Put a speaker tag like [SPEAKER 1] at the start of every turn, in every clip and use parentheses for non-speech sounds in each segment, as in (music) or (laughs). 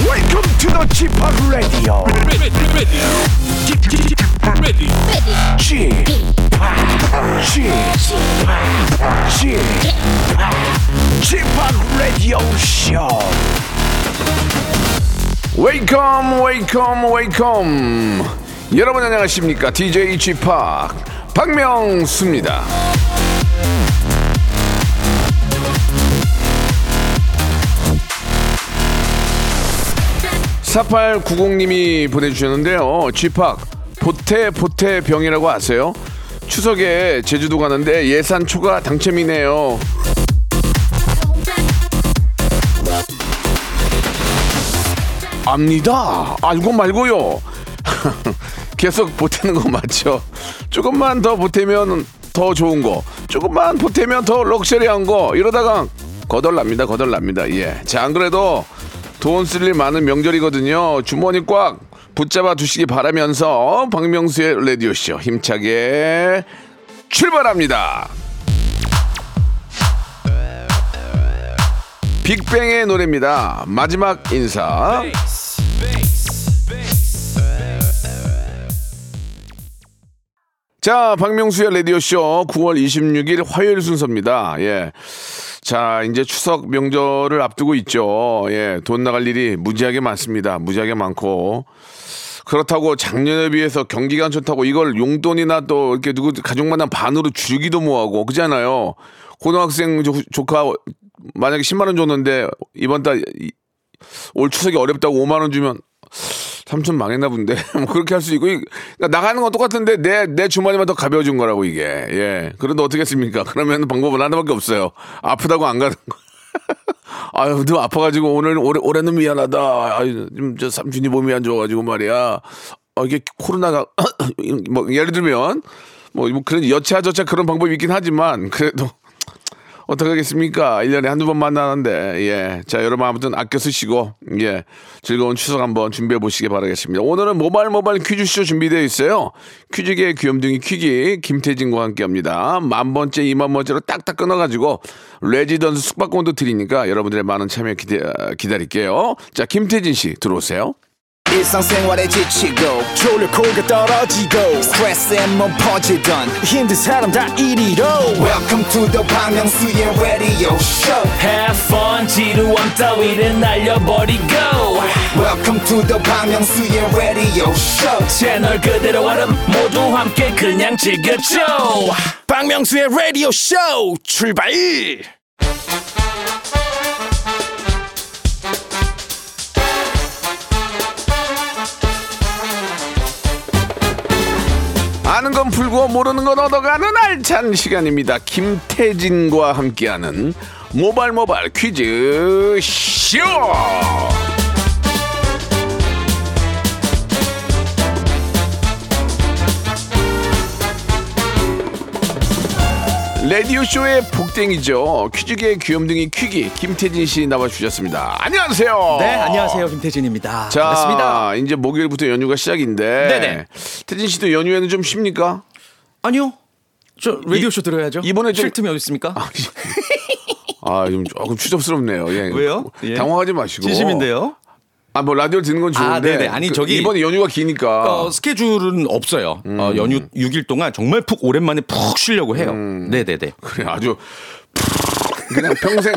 [SPEAKER 1] to the Chip Radio.
[SPEAKER 2] ready, ready, ready, ready.
[SPEAKER 1] Chip, Chip, Chip, Chip Radio Show.
[SPEAKER 3] 웨이컴 웨이컴 웨이컴 여러분 안녕하십니까 DJ 지팍 박명수입니다 (4890님이) 보내주셨는데요 지팍 보태 보태병이라고 아세요 추석에 제주도 가는데 예산 초과 당첨이네요 압니다. 알고 말고요. (laughs) 계속 보태는 거 맞죠? 조금만 더 보태면 더 좋은 거, 조금만 보태면 더 럭셔리한 거, 이러다가 거덜납니다, 거덜납니다. 예. 자, 안 그래도 돈 쓸 일 많은 명절이거든요. 주머니 꽉 붙잡아 두시기 바라면서 박명수의 라디오쇼 힘차게 출발합니다. 빅뱅의 노래입니다. 마지막 인사. 자, 박명수의 라디오쇼 9월 26일 화요일 순서입니다. 예. 자, 이제 추석 명절을 앞두고 있죠. 예. 돈 나갈 일이 무지하게 많습니다. 무지하게 많고. 그렇다고 작년에 비해서 경기가 안 좋다고 이걸 용돈이나 또 이렇게 누구 가족마다 반으로 주기도 뭐하고 그잖아요. 고등학생 조- 조카 만약에 10만 원 줬는데 이번 달 올 추석이 어렵다고 5만 원 주면 삼촌 망했나 본데 (laughs) 뭐 그렇게 할 수 있고 이- 그러니까 나가는 건 똑같은데 내 내 주머니만 더 가벼워진 거라고 이게 예 그런데 어떻겠습니까 (laughs) 그러면 방법은 하나밖에 없어요 아프다고 안 가는 거 (laughs) 아유 너 아파가지고 오늘 올해, 올해는 미안하다 아유 좀저 삼촌이 몸이 안 좋아가지고 말이야 아, 이게 코로나가 (clears throat) 뭐 예를 들면 뭐, 뭐 그런 여차저차 그런 방법이 있긴 하지만 그래도 어떡하겠습니까? 1년에 한두 번 만나는데, 예. 자, 여러분 아무튼 아껴 쓰시고, 예. 즐거운 추석 한번 준비해 보시기 바라겠습니다. 오늘은 모발모발 퀴즈쇼 준비되어 있어요. 퀴즈계의 귀염둥이 퀴기, 김태진과 함께 합니다. 만번째, 이만번째로 딱딱 끊어가지고, 레지던스 숙박권도 드리니까 여러분들의 많은 참여 기대, 기다릴게요. 자, 김태진 씨 들어오세요.
[SPEAKER 4] 일상생활에 지치고,
[SPEAKER 1] 졸려 코가 떨어지고
[SPEAKER 4] 스트레스에 몸 퍼지던,
[SPEAKER 1] 힘든 사람 다 이리로.
[SPEAKER 4] welcome to the Bang Myung-soo's radio show
[SPEAKER 5] Have fun 지루함 따위를 날려버리고
[SPEAKER 4] welcome to the Bang Myung-soo's radio show
[SPEAKER 5] 채널 그대로 얼음 모두 함께 그냥 즐겨줘
[SPEAKER 1] 박명수의 라디오 쇼 출발.
[SPEAKER 3] 아는 건 풀고 모르는 건 얻어가는 알찬 시간입니다. 김태진과 함께하는 모발 모발 퀴즈 쇼. 라디오 쇼의 복댕이죠. 퀴즈계의 귀염둥이 퀴기 김태진 씨 나와주셨습니다. 안녕하세요.
[SPEAKER 6] 네, 안녕하세요. 김태진입니다.
[SPEAKER 3] 자,
[SPEAKER 6] 반갑습니다.
[SPEAKER 3] 이제 목요일부터 연휴가 시작인데
[SPEAKER 6] 네네.
[SPEAKER 3] 태진 씨도 연휴에는 좀 쉽니까?
[SPEAKER 6] 아니요. 저 라디오 쇼 들어야죠.
[SPEAKER 3] 이번에 좀-
[SPEAKER 6] 쉴 틈이 어디 있습니까?
[SPEAKER 3] 아, 좀 조금 추접스럽네요. 예.
[SPEAKER 6] 왜요? 예.
[SPEAKER 3] 당황하지 마시고.
[SPEAKER 6] 진심인데요.
[SPEAKER 3] 아, 뭐 라디오 듣는 건
[SPEAKER 6] 아,
[SPEAKER 3] 좋은데.
[SPEAKER 6] 네네. 아니,
[SPEAKER 3] 그
[SPEAKER 6] 저기-
[SPEAKER 3] 이번에 연휴가 기니까.
[SPEAKER 6] 어, 스케줄은 없어요. 어, 연휴 6일 동안 정말 푹 오랜만에 푹 쉬려고 해요. 네, 네, 네.
[SPEAKER 3] 그래 아주 그냥 평생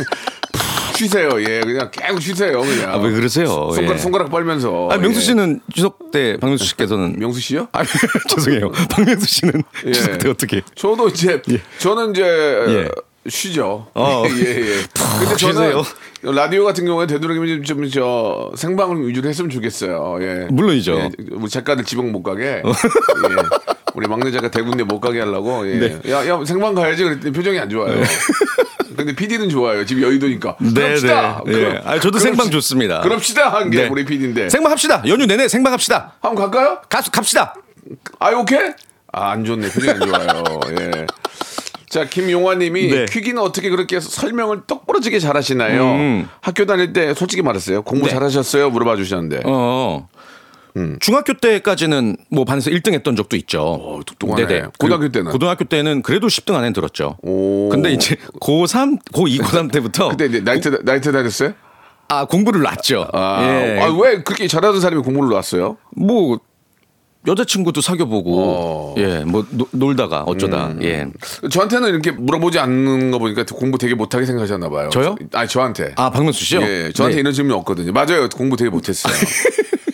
[SPEAKER 3] 쉬세요. 예. 그냥 계속 쉬세요. 그냥.
[SPEAKER 6] 아, 왜 그러세요?
[SPEAKER 3] 손가락
[SPEAKER 6] 예.
[SPEAKER 3] 손가락 빨면서.
[SPEAKER 6] 아, 명수
[SPEAKER 3] 예.
[SPEAKER 6] 씨는 추석 때 박명수 음. 씨께서는
[SPEAKER 3] 명수 씨요?
[SPEAKER 6] 아, (laughs) 죄송해요. 박명수 씨는
[SPEAKER 3] 예.
[SPEAKER 6] 추석 때 어떻게?
[SPEAKER 3] 저도 이제 저는 이제 어, 쉬죠.
[SPEAKER 6] 예. 어.
[SPEAKER 3] (laughs) 예,
[SPEAKER 6] (laughs)
[SPEAKER 3] 예. 근데 저는
[SPEAKER 6] 쉬세요.
[SPEAKER 3] 라디오 같은 경우에 되도록이면 좀 저 생방을 위주로 했으면 좋겠어요. 예.
[SPEAKER 6] 물론이죠. 어.
[SPEAKER 3] 예, 우리 작가들 지방 못 가게. 예. 우리 막내 작가 대군대 못 가게 하려고. 예.
[SPEAKER 6] 네.
[SPEAKER 3] 야, 야 생방 가야지 그랬더니 표정이 안 좋아요. (laughs) 근데 PD는 좋아요. 지금 여의도니까.
[SPEAKER 6] 네,
[SPEAKER 3] 그럽시다.
[SPEAKER 6] 네. 예. 아, 저도 생방 좋습니다.
[SPEAKER 3] 그럽시다 한 게
[SPEAKER 6] 네.
[SPEAKER 3] 우리 PD인데.
[SPEAKER 6] 생방합시다. 연휴 내내 생방합시다.
[SPEAKER 3] 한번 갈까요?
[SPEAKER 6] 가, 갑시다.
[SPEAKER 3] 아이 오케이? 아, 안 좋네. 표정이 안 좋아요. 예. 자, 김용화님이
[SPEAKER 6] 네.
[SPEAKER 3] 퀴기는 어떻게 그렇게 설명을 똑부러지게 잘하시나요?
[SPEAKER 6] 음.
[SPEAKER 3] 학교 다닐 때 솔직히 말했어요. 공부
[SPEAKER 6] 네.
[SPEAKER 3] 잘하셨어요? 물어봐 주셨는데.
[SPEAKER 6] 어. 중학교 때까지는 뭐 반에서 1등 했던 적도 있죠.
[SPEAKER 3] 똑똑하네. 고등학교
[SPEAKER 6] 그리고
[SPEAKER 3] 때는?
[SPEAKER 6] 고등학교 때는 그래도 10등 안에 들었죠.
[SPEAKER 3] 오.
[SPEAKER 6] 근데 이제 고3, 고2, 고3 때부터
[SPEAKER 3] 그때 이제 나이트 나이트 다녔어요?
[SPEAKER 6] 아 공부를 놨죠.
[SPEAKER 3] 아,
[SPEAKER 6] 예.
[SPEAKER 3] 아, 왜 그렇게 잘하는 사람이 공부를 놨어요?
[SPEAKER 6] 뭐 여자친구도 사귀어보고
[SPEAKER 3] 어.
[SPEAKER 6] 예 뭐 놀다가 어쩌다 예.
[SPEAKER 3] 저한테는 이렇게 물어보지 않는 거 보니까 공부 되게 못하게 생각하셨나 봐요.
[SPEAKER 6] 저요?
[SPEAKER 3] 아니 저한테.
[SPEAKER 6] 아 박명수 씨요?
[SPEAKER 3] 예, 저한테
[SPEAKER 6] 네.
[SPEAKER 3] 이런 질문이 없거든요. 맞아요. 공부 되게
[SPEAKER 6] (laughs)
[SPEAKER 3] 못했어요.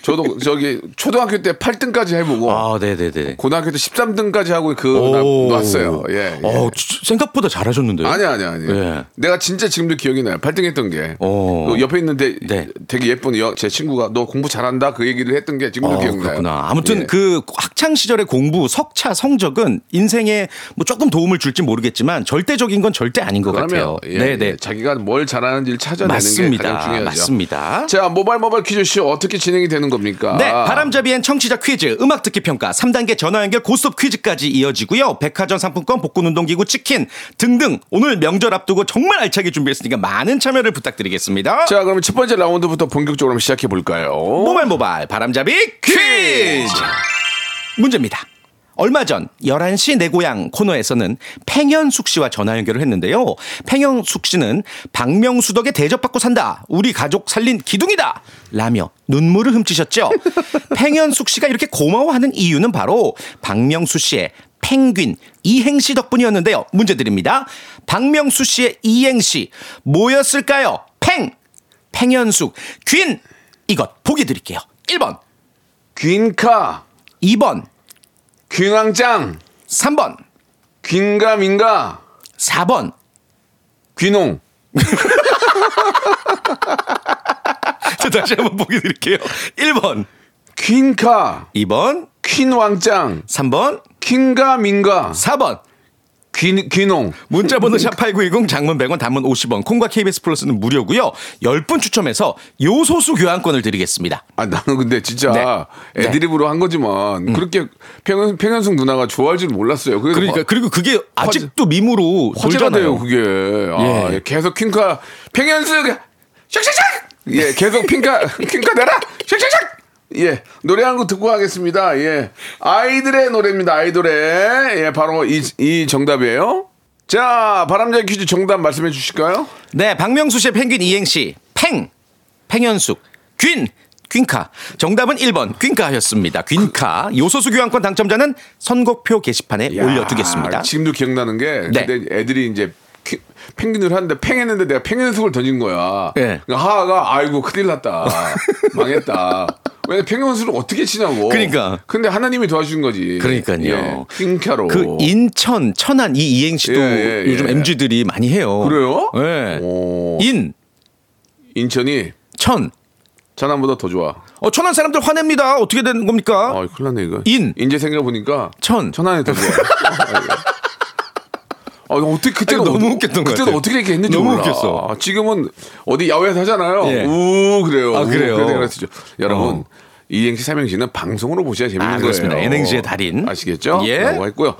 [SPEAKER 3] 저도 저기 초등학교 때 8등까지 해보고
[SPEAKER 6] 아 네네네.
[SPEAKER 3] 고등학교 때 13등까지 하고 그
[SPEAKER 6] 오.
[SPEAKER 3] 놨어요. 예. 예.
[SPEAKER 6] 어 지- 생각보다 잘하셨는데요.
[SPEAKER 3] 아니 아니 아니.
[SPEAKER 6] 예.
[SPEAKER 3] 내가 진짜 지금도 기억이 나요. 8등했던 게.
[SPEAKER 6] 어.
[SPEAKER 3] 그 옆에 있는데
[SPEAKER 6] 네.
[SPEAKER 3] 되게 예쁜 여, 제 친구가 너 공부 잘한다 그 얘기를 했던 게 지금도
[SPEAKER 6] 어,
[SPEAKER 3] 기억나요.
[SPEAKER 6] 그렇구나. 아무튼
[SPEAKER 3] 예.
[SPEAKER 6] 그 학창 시절의 공부, 석차, 성적은 인생에 뭐 조금 도움을 줄지 모르겠지만 절대적인 건 절대 아닌 것 같아요.
[SPEAKER 3] 그러면 예,
[SPEAKER 6] 네, 네.
[SPEAKER 3] 예, 자기가 뭘 잘하는지를 찾아내는 게
[SPEAKER 6] 맞습니다.
[SPEAKER 3] 가장 중요하죠.
[SPEAKER 6] 맞습니다.
[SPEAKER 3] 자, 모바일 모바일 퀴즈쇼 어떻게 진행이 되는 겁니까?
[SPEAKER 6] 네, 바람잡이엔 청취자 퀴즈, 음악 듣기 평가, 3단계 전화 연결 고스톱 퀴즈까지 이어지고요. 백화점 상품권, 복근 운동기구, 치킨 등등 오늘 명절 앞두고 정말 알차게 준비했으니까 많은 참여를 부탁드리겠습니다.
[SPEAKER 3] 자, 그러면 첫 번째 라운드부터 본격적으로 한번 시작해 볼까요?
[SPEAKER 6] 모발 모발 바람잡이 퀴즈 문제입니다. 얼마 전 11시 내 고향 코너에서는 팽현숙 씨와 전화 연결을 했는데요. 팽현숙 씨는 박명수 덕에 대접받고 산다. 우리 가족 살린 기둥이다. 라며 눈물을 훔치셨죠. 팽현숙 씨가 이렇게 고마워하는 이유는 바로 박명수 씨의 펭귄 이행시 덕분이었는데요. 문제 드립니다. 박명수 씨의 이행시 뭐였을까요? 팽 팽현숙 균 이것 보기 드릴게요. 1번,
[SPEAKER 3] 귄카,
[SPEAKER 6] 2번,
[SPEAKER 3] 균왕짱,
[SPEAKER 6] 3번,
[SPEAKER 3] 귄가민가,
[SPEAKER 6] 4번.
[SPEAKER 3] 귀농.
[SPEAKER 6] (laughs) 저 다시 한번 보기 드릴게요. 1번,
[SPEAKER 3] 퀸카,
[SPEAKER 6] 2번,
[SPEAKER 3] 퀸왕짱,
[SPEAKER 6] 3번,
[SPEAKER 3] 퀸가민가,
[SPEAKER 6] 4번.
[SPEAKER 3] 귀, 귀농.
[SPEAKER 6] 문자 번호 샵8910 장문 100원 단문 50원 콩과 KBS 플러스는 무료고요. 10분 추첨해서 요소수 교환권을 드리겠습니다.
[SPEAKER 3] 아, 나는 근데 진짜
[SPEAKER 6] 네. 음.
[SPEAKER 3] 애드립으로 한 거지만 그렇게 평현, 평현숙 누나가 좋아할 줄 몰랐어요. 그래서
[SPEAKER 6] 그러니까
[SPEAKER 3] 화-
[SPEAKER 6] 그리고 그게 아직도 밈으로
[SPEAKER 3] 화제가 돼요,
[SPEAKER 6] 돌잖아요.
[SPEAKER 3] 그게. 아,
[SPEAKER 6] 예.
[SPEAKER 3] 예, 계속 퀸카, 평현숙, 샥샥샥! 예, 계속 퀸카, (laughs) 퀸카 내라! 샥샥샥! 예, 노래 한 곡 듣고 가겠습니다. 예. 아이들의 노래입니다, 아이돌의. 예, 바로 이, 이 정답이에요. 자, 바람잡이 퀴즈 정답 말씀해 주실까요?
[SPEAKER 6] 네, 박명수 씨의 펭귄 이행시 팽 팽현숙 균 균카 정답은 1번 균카였습니다. 균카 요소수 교환권 당첨자는 선곡표 게시판에
[SPEAKER 3] 야,
[SPEAKER 6] 올려두겠습니다.
[SPEAKER 3] 지금도 기억나는 게
[SPEAKER 6] 네.
[SPEAKER 3] 그때 애들이 이제 퀴- 펭귄을 하는데 팽했는데 내가 팽현숙을 던진 거야.
[SPEAKER 6] 네.
[SPEAKER 3] 그러니까 하하가 아이고 큰일
[SPEAKER 6] (laughs)
[SPEAKER 3] 났다. 망했다. 왜 팽현숙을 어떻게 치냐고.
[SPEAKER 6] 그러니까.
[SPEAKER 3] 근데 하나님이 도와주신 거지.
[SPEAKER 6] 그러니까요.
[SPEAKER 3] 예, 핑카로.
[SPEAKER 6] 그 인천 천안 이 이행시도
[SPEAKER 3] 예, 예,
[SPEAKER 6] 요즘
[SPEAKER 3] 예.
[SPEAKER 6] MZ들이 많이 해요.
[SPEAKER 3] 그래요?
[SPEAKER 6] 예.
[SPEAKER 3] 오. 인천이
[SPEAKER 6] 인천
[SPEAKER 3] 전남보다 더 좋아.
[SPEAKER 6] 어 천안 사람들 화냅니다. 어떻게 되는 겁니까?
[SPEAKER 3] 아, 큰일 났네 이거.
[SPEAKER 6] 인.
[SPEAKER 3] 이제 생각해 보니까
[SPEAKER 6] 천.
[SPEAKER 3] 천안에
[SPEAKER 6] (laughs)
[SPEAKER 3] 더 좋아. 아, 이거 어떻게 그때
[SPEAKER 6] 아니, 너무 웃겼던 것
[SPEAKER 3] 그때는
[SPEAKER 6] 같아요.
[SPEAKER 3] 어떻게 이렇게 했는지
[SPEAKER 6] 너무
[SPEAKER 3] 몰라.
[SPEAKER 6] 웃겼어.
[SPEAKER 3] 아, 지금은 어디 야외에서 하잖아요.
[SPEAKER 6] 예.
[SPEAKER 3] 우 그래요.
[SPEAKER 6] 아, 그래요?
[SPEAKER 3] 우, 그래서 그랬죠. 여러분
[SPEAKER 6] 어.
[SPEAKER 3] 이행시 삼행시는 방송으로 보셔야 재밌는
[SPEAKER 6] 아, 그렇습니다.
[SPEAKER 3] 거예요.
[SPEAKER 6] NNG 의 달인.
[SPEAKER 3] 아시겠죠?
[SPEAKER 6] 예.
[SPEAKER 3] 라고 했고요.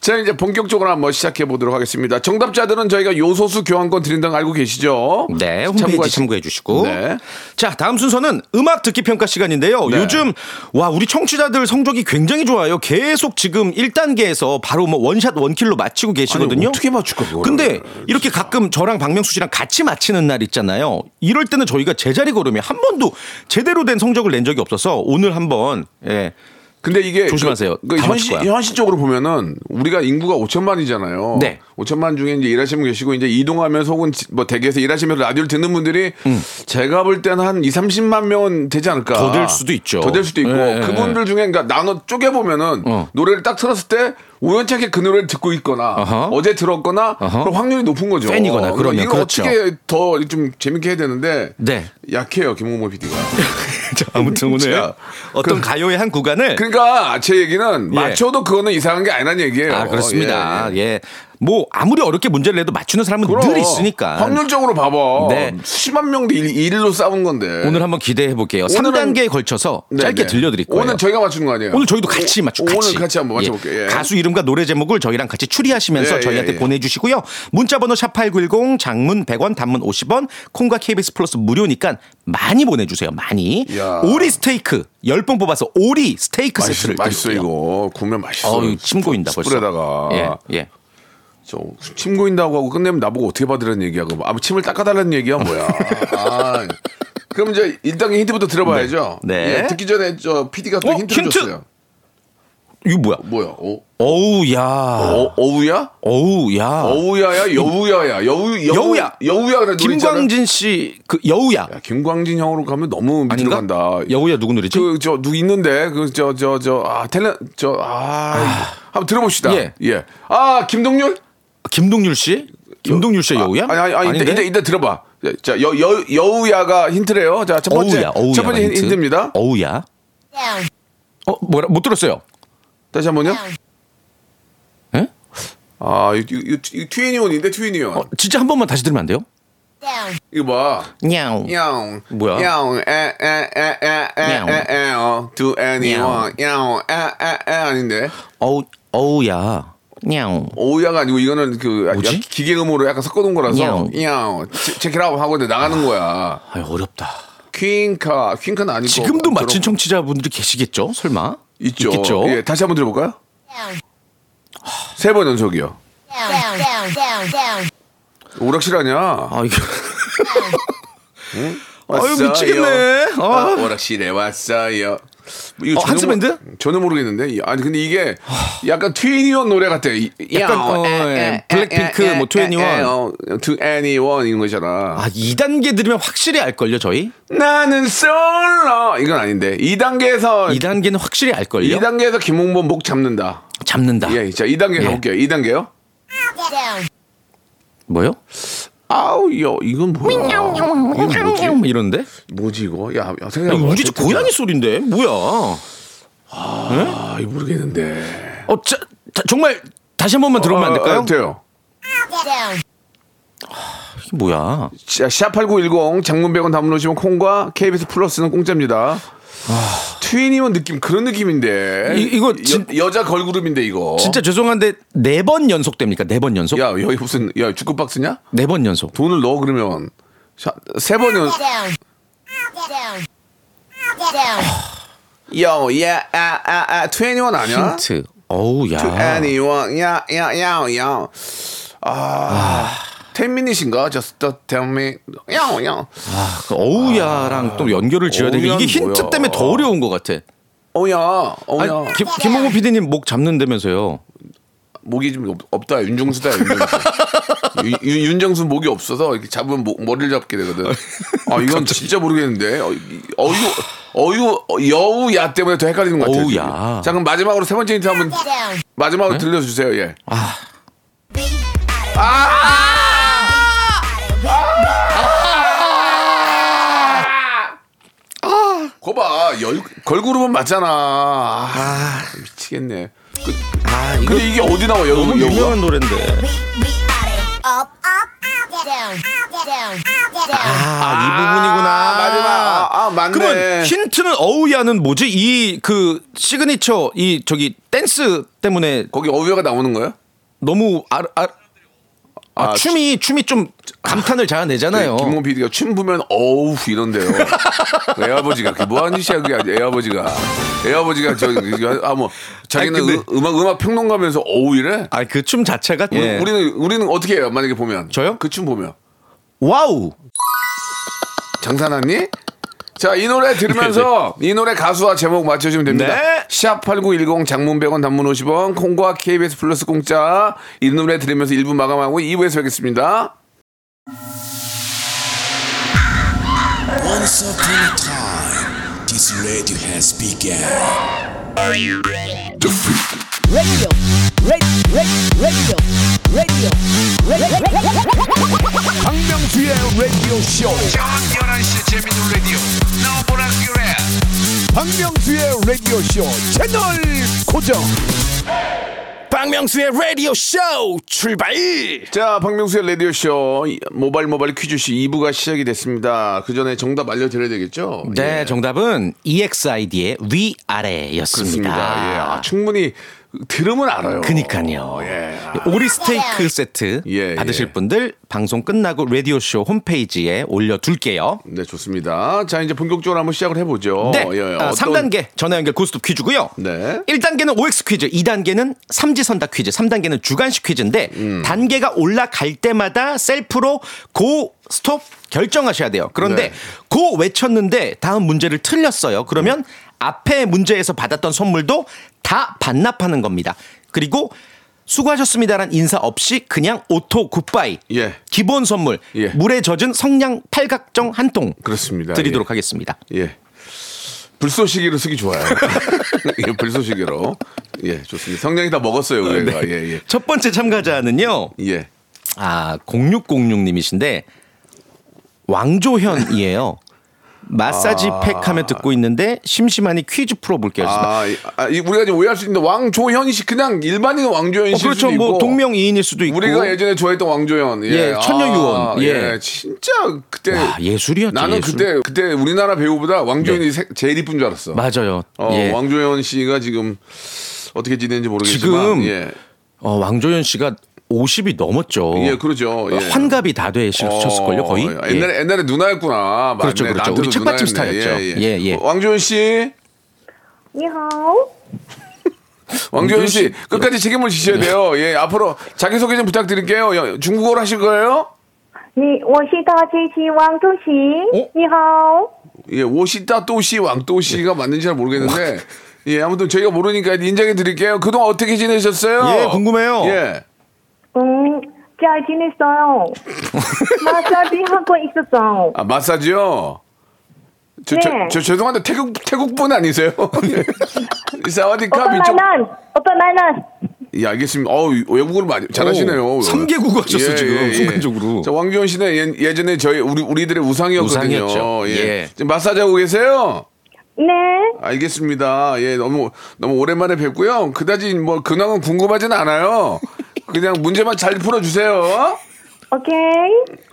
[SPEAKER 3] 자 이제 본격적으로 한번 시작해 보도록 하겠습니다. 정답자들은 저희가 요소수 교환권 드린다는 거 알고 계시죠?
[SPEAKER 6] 네, 홈페이지
[SPEAKER 3] 참고하시-
[SPEAKER 6] 참고해 주시고.
[SPEAKER 3] 네.
[SPEAKER 6] 자, 다음 순서는 음악 듣기 평가 시간인데요.
[SPEAKER 3] 네.
[SPEAKER 6] 요즘 와, 우리 청취자들 성적이 굉장히 좋아요. 계속 지금 1단계에서 바로 뭐 원샷 원킬로 마치고 계시거든요.
[SPEAKER 3] 아니, 어떻게 맞출까, 그거를.
[SPEAKER 6] 근데 이렇게 가끔 저랑 박명수 씨랑 같이 마치는 날 있잖아요. 이럴 때는 저희가 제자리 걸음에 한 번도 제대로 된 성적을 낸 적이 없어서 오늘 한번
[SPEAKER 3] (laughs)
[SPEAKER 6] 예.
[SPEAKER 3] 근데 이게
[SPEAKER 6] 조심하세요.
[SPEAKER 3] 그, 그
[SPEAKER 6] 다
[SPEAKER 3] 현실
[SPEAKER 6] 맞출 거야.
[SPEAKER 3] 현실적으로 보면은 우리가 인구가 5천만이잖아요.
[SPEAKER 6] 네.
[SPEAKER 3] 5천만 중에 이제 일하시는 분 계시고 이제 이동하면서 혹은 지- 뭐 대기에서 일하시면서 라디오를 듣는 분들이 제가 볼 때는 한 2, 30만 명은 되지 않을까.
[SPEAKER 6] 음. 더될 수도 있죠.
[SPEAKER 3] 더 될 수도 있고
[SPEAKER 6] 예, 예,
[SPEAKER 3] 그분들 중에 그러니까 나눠 쪼개 보면은
[SPEAKER 6] 어.
[SPEAKER 3] 노래를 딱 틀었을 때 우연찮게 그 노래를 듣고 있거나
[SPEAKER 6] 어허.
[SPEAKER 3] 어제 들었거나
[SPEAKER 6] 어허.
[SPEAKER 3] 그런 확률이 높은 거죠.
[SPEAKER 6] 팬이거나 그러면
[SPEAKER 3] 이거
[SPEAKER 6] 그렇죠.
[SPEAKER 3] 어떻게 더 좀 재밌게 해야 되는데
[SPEAKER 6] 네.
[SPEAKER 3] 약해요 김홍모 PD가.
[SPEAKER 6] 자, 아무튼 오늘
[SPEAKER 3] 진짜.
[SPEAKER 6] 어떤
[SPEAKER 3] 그-
[SPEAKER 6] 가요의 한 구간을
[SPEAKER 3] 그러니까 제 얘기는
[SPEAKER 6] 예.
[SPEAKER 3] 맞춰도 그거는 이상한 게 아니란 얘기예요.
[SPEAKER 6] 아 그렇습니다.
[SPEAKER 3] 예,
[SPEAKER 6] 예, 뭐 아무리 어렵게 문제를 내도 맞추는 사람은
[SPEAKER 3] 그럼.
[SPEAKER 6] 늘 있으니까.
[SPEAKER 3] 확률적으로 봐봐.
[SPEAKER 6] 네.
[SPEAKER 3] 수십만 명대 일, 일로 싸운 건데.
[SPEAKER 6] 오늘 한번 기대해 볼게요.
[SPEAKER 3] 네. 오늘은-
[SPEAKER 6] 3단계에 걸쳐서
[SPEAKER 3] 네,
[SPEAKER 6] 짧게
[SPEAKER 3] 네.
[SPEAKER 6] 들려드릴 거예요.
[SPEAKER 3] 오늘 저희가 맞추는 거 아니에요?
[SPEAKER 6] 오늘 저희도 같이 맞추
[SPEAKER 3] 오늘
[SPEAKER 6] 같이.
[SPEAKER 3] 같이 한번 맞춰볼게요. 예.
[SPEAKER 6] 가수 이름과 노래 제목을 저희랑 같이 추리하시면서
[SPEAKER 3] 예,
[SPEAKER 6] 저희한테
[SPEAKER 3] 예, 예.
[SPEAKER 6] 보내주시고요. 문자번호 샵8910 장문 100원 단문 50원 콩과 KBS 플러스 무료니까 많이 보내주세요. 많이.
[SPEAKER 3] 야.
[SPEAKER 6] 오리 스테이크 10번 뽑아서 오리 스테이크
[SPEAKER 3] 맛있어,
[SPEAKER 6] 세트를
[SPEAKER 3] 맛있어
[SPEAKER 6] 드릴게요.
[SPEAKER 3] 이거 구우면 맛있어.
[SPEAKER 6] 어우 침 고인다 벌써.
[SPEAKER 3] 숯불에다가
[SPEAKER 6] 예, 예.
[SPEAKER 3] 저,
[SPEAKER 6] (laughs)
[SPEAKER 3] 침 고인다고 하고 끝내면 나보고 어떻게 받으라는 얘기야? 그럼 아, 침을 닦아달라는 얘기야 뭐야? 아, 그럼 이제 1단계 힌트부터 들어봐야죠.
[SPEAKER 6] 네.
[SPEAKER 3] 예, 듣기 전에 저 PD가 또
[SPEAKER 6] 어,
[SPEAKER 3] 힌트를
[SPEAKER 6] 힌트!
[SPEAKER 3] 줬어요.
[SPEAKER 6] 이거 뭐야?
[SPEAKER 3] 뭐야? 어,
[SPEAKER 6] 어우 야.
[SPEAKER 3] 어, 어우야?
[SPEAKER 6] 어우 야.
[SPEAKER 3] 어우야야, 여우야야, 여우, 여우,
[SPEAKER 6] 여우야.
[SPEAKER 3] 여우야 그래 노래 있잖아.
[SPEAKER 6] 김광진 씨 그 여우야.
[SPEAKER 3] 야, 김광진 형으로 가면 너무 밑으로
[SPEAKER 6] 아닌가?
[SPEAKER 3] 간다.
[SPEAKER 6] 여우야 누구 노래지?
[SPEAKER 3] 그 저 누구 있는데 그 저 저 저아 탤런 저아 한번 들어봅시다.
[SPEAKER 6] 예.
[SPEAKER 3] 예. 아 김동률?
[SPEAKER 6] 김동률 씨? 김동률 씨의 여우야?
[SPEAKER 3] 아니 아니, 아니
[SPEAKER 6] 아닌데?
[SPEAKER 3] 이따 이따 들어봐. 자, 여, 여, 여우야가 힌트래요. 자, 첫 번째.
[SPEAKER 6] 어우야, 어우야.
[SPEAKER 3] 첫 번째 힌트. 힌트입니다.
[SPEAKER 6] 어우야. 어, 뭐라 못 들었어요.
[SPEAKER 3] 다시 한 번요.
[SPEAKER 6] 예?
[SPEAKER 3] 아, 이, 이, 이, 이 트윈이온인데 트윈이온.
[SPEAKER 6] 어, 진짜 한 번만 다시 들으면 안 돼요?
[SPEAKER 3] 이거 봐.
[SPEAKER 6] 냥.
[SPEAKER 3] 야옹
[SPEAKER 6] 어. 뭐야?
[SPEAKER 3] 야옹 에에에에에에에어 to anyone 야옹 에에에 아닌데
[SPEAKER 6] 어우 어우야. 냥.
[SPEAKER 3] 오야가 아니고 이거는 그 약-
[SPEAKER 6] 뭐지?
[SPEAKER 3] 기계음으로 약간 섞어놓은 거라서
[SPEAKER 6] 야옹.
[SPEAKER 3] 야옹 체크라고 하고 근데 나가는 거야
[SPEAKER 6] 아, 어렵다.
[SPEAKER 3] 퀸카 퀸카는 아니고
[SPEAKER 6] 지금도 맞힌
[SPEAKER 3] 저런-
[SPEAKER 6] 청취자분들이 계시겠죠? 설마?
[SPEAKER 3] 있죠
[SPEAKER 6] 있겠죠?
[SPEAKER 3] 예 다시 한번 들어볼까요 세 번 연속이요 오락실 아니야
[SPEAKER 6] 아, 이거 (laughs) 아유,
[SPEAKER 3] 왔어요.
[SPEAKER 6] 미치겠네. 아.
[SPEAKER 3] 아, 오락실에 왔어요. 뭐 이거
[SPEAKER 6] 어,
[SPEAKER 3] 전혀
[SPEAKER 6] 한스밴드?
[SPEAKER 3] 모르- 전혀 모르겠는데. 이- 아니 근데 이게 약간 트윈이원 노래 같아. 이-
[SPEAKER 6] 약간,
[SPEAKER 3] 야,
[SPEAKER 6] 어,
[SPEAKER 3] 에,
[SPEAKER 6] 예.
[SPEAKER 3] 에,
[SPEAKER 6] 블랙핑크,
[SPEAKER 3] 에,
[SPEAKER 6] 뭐,
[SPEAKER 3] 에,
[SPEAKER 6] 21.
[SPEAKER 3] 에, 어, to anyone 이런 거잖아.
[SPEAKER 6] 아, 2단계 들으면 확실히 알 걸요, 저희?
[SPEAKER 3] 나는 솔로 이건 아닌데. 2단계에서
[SPEAKER 6] 2단계는 확실히 알 걸요.
[SPEAKER 3] 2단계에서 김홍범 목 잡는다.
[SPEAKER 6] 잡는다.
[SPEAKER 3] 예, 자 2단계
[SPEAKER 6] 예.
[SPEAKER 3] 가볼게요. 2단계요.
[SPEAKER 6] 뭐요?
[SPEAKER 3] 아우, 야, 이건 뭐야?
[SPEAKER 6] 이거 뭐지? 뭐 이러는데?
[SPEAKER 3] 뭐지 이거? 야, 야
[SPEAKER 6] 아,
[SPEAKER 3] 생각해.
[SPEAKER 6] 이거 우리 집 고양이 소리인데? 뭐야?
[SPEAKER 3] 아, 이거 모르겠는데.
[SPEAKER 6] 어, 자, 자, 정말 다시 한 번만 들어보면 안
[SPEAKER 3] 아,
[SPEAKER 6] 될까요?
[SPEAKER 3] 아, 돼요.
[SPEAKER 6] 이게 뭐야?
[SPEAKER 3] 샵8910 장문 100원 담문 오시면 콩과 KBS 플러스는 공짜입니다. 트윈이원 느낌 그런 느낌인데
[SPEAKER 6] 이- 이거 진-
[SPEAKER 3] 여, 여자 걸그룹인데 이거
[SPEAKER 6] 진짜 죄송한데 네 번 연속 됩니까? 네 번 연속?
[SPEAKER 3] 야 여기 무슨 야 축구 박스냐
[SPEAKER 6] 네 번 연속.
[SPEAKER 3] 돈을 넣어 그러면 세 번은 야야아아 트윈이원 아니야
[SPEAKER 6] 힌트. 아. 어우 야.
[SPEAKER 3] 트윈이원 야야야야 아 텐미닛인가 just tell me 야야
[SPEAKER 6] 그 어우 야랑 또 연결을 아. 지어야 되니까 이게
[SPEAKER 3] 어우 야는
[SPEAKER 6] 힌트
[SPEAKER 3] 뭐야.
[SPEAKER 6] 때문에 더 어려운 것 같아.
[SPEAKER 3] 오야 어, 오야
[SPEAKER 6] 아니, 김, 김홍호 PD님 목 잡는다면서요.
[SPEAKER 3] 목이 좀 없, 없다 윤정수다
[SPEAKER 6] (laughs)
[SPEAKER 3] 윤정수 유- 유- 윤정수 목이 없어서 이렇게 잡으면 목, 머리를 잡게 되거든 아 이건 진짜 모르겠는데 어, 이- 어유 어유 어, 여우야 때문에 더 헷갈리는 것 같아요
[SPEAKER 6] 어우야. 네?
[SPEAKER 3] 지금. 자 그럼 마지막으로 세 번째 힌트 한번 마지막으로 들려주세요 예
[SPEAKER 6] 아.
[SPEAKER 3] 거봐 열, 걸그룹은 맞잖아 아, 미치겠네 그, 근데 이게 어디 나와 여우
[SPEAKER 6] 아, 너무
[SPEAKER 3] 여우가
[SPEAKER 6] 유명한 노래인데. 아, 이 부분이구나.
[SPEAKER 3] 맞아, 아, 아, 맞네.
[SPEAKER 6] 그러면 힌트는 어우 야는 뭐지? 이 그 시그니처 이 저기 댄스 때문에
[SPEAKER 3] 거기 어우야가 나오는 거야
[SPEAKER 6] 너무 아, 아, 아,
[SPEAKER 3] 아, 그
[SPEAKER 6] 춤이 춤이 좀 감탄을 자아내잖아요.
[SPEAKER 3] 김홍 PD가 춤 보면 어우
[SPEAKER 6] (laughs)
[SPEAKER 3] 이런데요. 애아버지가 그게 뭐하는 짓이야 그게 아니- 애아버지가 애아버지가 저아뭐 자기는
[SPEAKER 6] 아니, 근데-
[SPEAKER 3] 음- 음악 음악 평론가면서 어우 이래.
[SPEAKER 6] 아, 그 춤 자체가
[SPEAKER 3] 우리,
[SPEAKER 6] 예.
[SPEAKER 3] 우리는 우리는 어떻게 해요? 만약에 보면
[SPEAKER 6] 저요?
[SPEAKER 3] 그 춤 보면
[SPEAKER 6] 와우.
[SPEAKER 3] 장사났니? 자 이 노래 들으면서 이 노래 가수와 제목 맞춰주시면 됩니다.
[SPEAKER 6] 예, 네.
[SPEAKER 3] 샵8910 장문 100원 단문 50원 콩과 KBS 플러스 공짜 이 노래 들으면서 1부 마감하고 2부에서 뵙겠습니다.
[SPEAKER 7] Once upon a time, this radio has begun.
[SPEAKER 1] 박명수의 라디오 쇼. 저녁 11시 재밌는 라디오. 너보라 그래. 박명수의 라디오 쇼 채널 고정. 박명수의 라디오 쇼 출발.
[SPEAKER 3] 자, 박명수의 라디오쇼 모바일 모바일 퀴즈쇼 2부가 시작이 됐습니다. 그 전에 정답 알려드려야 되겠죠?
[SPEAKER 6] 네, E
[SPEAKER 3] 예,
[SPEAKER 6] 정답은 EXID의 위아래였습니다.
[SPEAKER 3] 그렇습니다. 예, 아, 예, 충분히 들으면 알아요.
[SPEAKER 6] 그니까요.
[SPEAKER 3] 예.
[SPEAKER 6] 오리 스테이크 세트
[SPEAKER 3] 예,
[SPEAKER 6] 받으실
[SPEAKER 3] 예.
[SPEAKER 6] 분들 방송 끝나고 라디오쇼 홈페이지에 올려둘게요.
[SPEAKER 3] 네, 좋습니다. 자, 이제 본격적으로 한번 시작을 해보죠.
[SPEAKER 6] 네.
[SPEAKER 3] 예,
[SPEAKER 6] 아,
[SPEAKER 3] 어떤-
[SPEAKER 6] 3단계 전화 연결 고스톱 퀴즈고요.
[SPEAKER 3] 네.
[SPEAKER 6] 1단계는 OX 퀴즈, 2단계는 삼지선다 퀴즈, 3단계는 주간식 퀴즈인데
[SPEAKER 3] 음.
[SPEAKER 6] 단계가 올라갈 때마다 셀프로 고 스톱 결정하셔야 돼요. 그런데
[SPEAKER 3] 네.
[SPEAKER 6] 고 외쳤는데 다음 문제를 틀렸어요. 그러면 앞에 문제에서 받았던 선물도 다 반납하는 겁니다. 그리고 수고하셨습니다란 인사 없이 그냥 오토 굿바이.
[SPEAKER 3] 예.
[SPEAKER 6] 기본 선물
[SPEAKER 3] 예.
[SPEAKER 6] 물에 젖은 성냥 팔각정 한 통
[SPEAKER 3] 그렇습니다.
[SPEAKER 6] 드리도록
[SPEAKER 3] 예.
[SPEAKER 6] 하겠습니다.
[SPEAKER 3] 예. 불쏘시개로 쓰기 좋아요. (laughs) 예, 불쏘시개로. 예, 좋습니다. 성냥이 다 먹었어요, 우리가.
[SPEAKER 6] 네.
[SPEAKER 3] 예, 예.
[SPEAKER 6] 첫 번째 참가자는요.
[SPEAKER 3] 예.
[SPEAKER 6] 아, 0606님이신데
[SPEAKER 3] (laughs)
[SPEAKER 6] 왕조현이에요. 마사지 팩 하면 듣고 있는데 심심하니 퀴즈 풀어볼게요.
[SPEAKER 3] 아, 이- 아, 이 우리가 지금 오해할 수 있는데 왕조현 씨 그냥 일반인 왕조현
[SPEAKER 6] 어,
[SPEAKER 3] 씨
[SPEAKER 6] 그렇죠. 뭐
[SPEAKER 3] 있고
[SPEAKER 6] 동명이인일 수도 있고.
[SPEAKER 3] 우리가 예전에 좋아했던 왕조현
[SPEAKER 6] 그 예, 천녀유원. 예.
[SPEAKER 3] 진짜 그때
[SPEAKER 6] 와, 예술이었죠,
[SPEAKER 3] 나는
[SPEAKER 6] 예술.
[SPEAKER 3] 그때 그때 우리나라 배우보다 왕조현이 세- 제일 이쁜 줄 알았어.
[SPEAKER 6] 맞아요.
[SPEAKER 3] 어,
[SPEAKER 6] 예.
[SPEAKER 3] 왕조현 씨가 지금 어떻게 지내는지 모르겠지만
[SPEAKER 6] 지금
[SPEAKER 3] 예.
[SPEAKER 6] 어, 왕조현 씨가 50이 넘었죠.
[SPEAKER 3] 예, 그러죠. 예.
[SPEAKER 6] 어. 아, 환갑이 다 되셨을걸요,
[SPEAKER 3] 어,
[SPEAKER 6] 거의. 예.
[SPEAKER 3] 옛날에 옛날에 누나였구나. 맞네.
[SPEAKER 6] 그렇죠, 그렇죠.
[SPEAKER 3] 나한테도
[SPEAKER 6] 우리 책받침
[SPEAKER 3] 누나였네.
[SPEAKER 6] 스타였죠.
[SPEAKER 3] 예,
[SPEAKER 6] 예,
[SPEAKER 3] 예.
[SPEAKER 6] 예.
[SPEAKER 3] 어, 왕조현 씨,
[SPEAKER 8] 你好，
[SPEAKER 3] (laughs) 왕조현
[SPEAKER 6] 왕조현
[SPEAKER 3] 씨
[SPEAKER 6] 씨.
[SPEAKER 3] 끝까지 책임을 지셔야 돼요. 예, 앞으로 자기 소개 좀 부탁드릴게요. 여- 중국어로 하실 거예요?
[SPEAKER 8] 你我是大机器王主席。
[SPEAKER 6] 哦
[SPEAKER 8] 你好，
[SPEAKER 3] 예, 오시따 또시 왕또시가
[SPEAKER 6] 예.
[SPEAKER 3] 맞는지 잘 모르겠는데 예, 아무튼 저희가 모르니까 인정해 드릴게요. 그동안 어떻게 지내셨어요?
[SPEAKER 6] 예, 궁금해요.
[SPEAKER 3] 예.
[SPEAKER 8] 嗯，잘
[SPEAKER 3] (laughs)
[SPEAKER 8] 지냈어요. 마사지 하고 있었어.
[SPEAKER 3] 아, 마사지요? 저, 저,
[SPEAKER 8] 네.
[SPEAKER 3] 저 죄송한데 태국 태국분 아니세요? 사와디캅
[SPEAKER 8] 오빠
[SPEAKER 3] 이쪽.
[SPEAKER 8] 만난, 오빠 만난.
[SPEAKER 3] 예, 알겠습니다. 어우, 외국어를 많이 잘하시네요. 예,
[SPEAKER 6] 오, 삼 개국어 하셨어, 지금, 순간적으로.
[SPEAKER 3] 자, 왕기원 씨는 예, 예전에 저희 우리 우리들의 우상이었거든요.
[SPEAKER 6] 우상이었죠. 예.
[SPEAKER 3] 지금 마사지하고 계세요?
[SPEAKER 8] 네,
[SPEAKER 3] 알겠습니다. 예, 너무 너무 오랜만에 뵙고요. 그다지 뭐 근황은 궁금하진 않아요. 그냥 문제만 잘 풀어 주세요.
[SPEAKER 8] 오케이.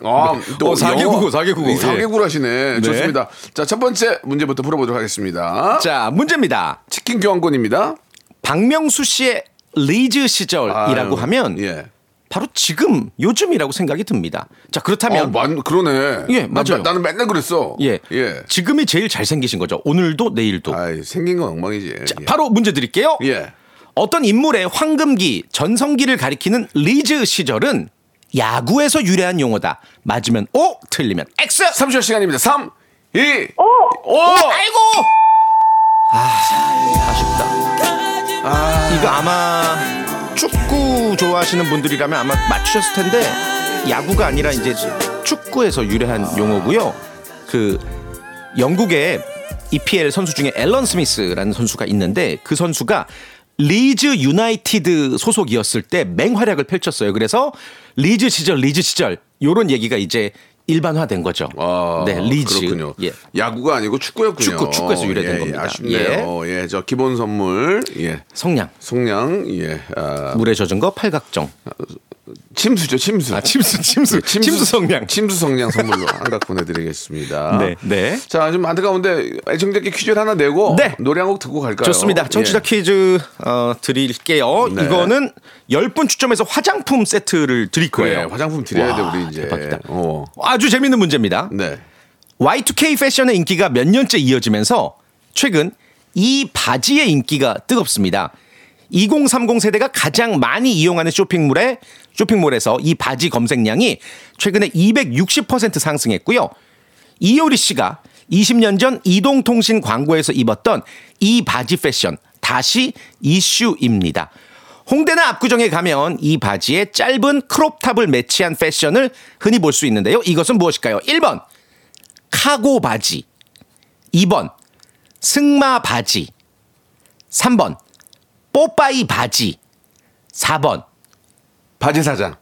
[SPEAKER 3] 아,
[SPEAKER 6] 어, 사개국어, 사개국어. 예.
[SPEAKER 3] 사개국어 하시네. 좋습니다. 자, 첫 번째 문제부터 풀어 보도록 하겠습니다.
[SPEAKER 6] 자, 문제입니다.
[SPEAKER 3] 치킨 교환권입니다.
[SPEAKER 6] 박명수 씨의 리즈 시절이라고
[SPEAKER 3] 아유,
[SPEAKER 6] 하면
[SPEAKER 3] 예.
[SPEAKER 6] 바로 지금 요즘이라고 생각이 듭니다. 자
[SPEAKER 3] 아,
[SPEAKER 6] 그렇다면
[SPEAKER 3] 맞 그러네.
[SPEAKER 6] 예,
[SPEAKER 3] 나-
[SPEAKER 6] 맞아요.
[SPEAKER 3] 나, 는 맨날 그랬어.
[SPEAKER 6] 예.
[SPEAKER 3] 예.
[SPEAKER 6] 지금이 제일 잘생기신 거죠. 오늘도 내일도.
[SPEAKER 3] 아, 생긴 건 엉망이지.
[SPEAKER 6] 자,
[SPEAKER 3] 예.
[SPEAKER 6] 바로 문제 드릴게요.
[SPEAKER 3] 예.
[SPEAKER 6] 어떤 인물의 황금기, 전성기를 가리키는 리즈 시절은 야구에서 유래한 용어다. 맞으면 O, 틀리면 X.
[SPEAKER 3] 30초 시간입니다. 3 2
[SPEAKER 8] 오,
[SPEAKER 3] 오!
[SPEAKER 6] 아이고! 아, 아쉽다. 아, 이거 아마 축구 좋아하시는 분들이라면 아마 맞추셨을 텐데 야구가 아니라 이제 축구에서 유래한 용어고요. 그 영국의 EPL 선수 중에 앨런 스미스라는 선수가 있는데 그 선수가 리즈 유나이티드 소속이었을 때 맹활약을 펼쳤어요. 그래서 리즈 시절, 리즈 시절 요런 얘기가 이제 일반화된 거죠.
[SPEAKER 3] 아,
[SPEAKER 6] 네, 리즈.
[SPEAKER 3] 그렇군요.
[SPEAKER 6] 예.
[SPEAKER 3] 야구가 아니고 축구였군요.
[SPEAKER 6] 축구, 축구에서 유래된
[SPEAKER 3] 예, 예,
[SPEAKER 6] 겁니다.
[SPEAKER 3] 아쉽네요. 예, 저 기본 선물, 예,
[SPEAKER 6] 성냥.
[SPEAKER 3] 송량, 예, 아,
[SPEAKER 6] 물에 젖은 거 팔각정.
[SPEAKER 3] 침수죠, 침수. 그
[SPEAKER 6] 아, 침수, 침수, 침수, 성냥.
[SPEAKER 3] 네, 침수 성냥 선물로 한 각 보내드리겠습니다.
[SPEAKER 6] (laughs) 네, 네.
[SPEAKER 3] 자, 좀 안타까운데 애청자께 퀴즈를 하나 내고
[SPEAKER 6] 네.
[SPEAKER 3] 노래 한 곡 듣고 갈까요?
[SPEAKER 6] 좋습니다. 청취자
[SPEAKER 3] 예.
[SPEAKER 6] 퀴즈 어, 드릴게요.
[SPEAKER 3] 네.
[SPEAKER 6] 이거는 10분 추첨해서 화장품 세트를 드릴
[SPEAKER 3] 그래,
[SPEAKER 6] 거예요.
[SPEAKER 3] 화장품 드려야 돼 우리 이제.
[SPEAKER 6] 대박이다.
[SPEAKER 3] 어.
[SPEAKER 6] 아주 재밌는 문제입니다.
[SPEAKER 3] 네.
[SPEAKER 6] Y2K 패션의 인기가 몇 년째 이어지면서 최근 이 바지의 인기가 뜨겁습니다. 2030 세대가 가장 많이 이용하는 쇼핑몰에 쇼핑몰에서 이 바지 검색량이 최근에 260% 상승했고요. 이효리 씨가 20년 전 이동통신 광고에서 입었던 이 바지 패션 다시 이슈입니다. 홍대나 압구정에 가면 이 바지에 짧은 크롭탑을 매치한 패션을 흔히 볼 수 있는데요. 이것은 무엇일까요? 1번 카고 바지. 2번 승마 바지. 3번 뽀빠이 바지. 4번
[SPEAKER 3] 바지 사장.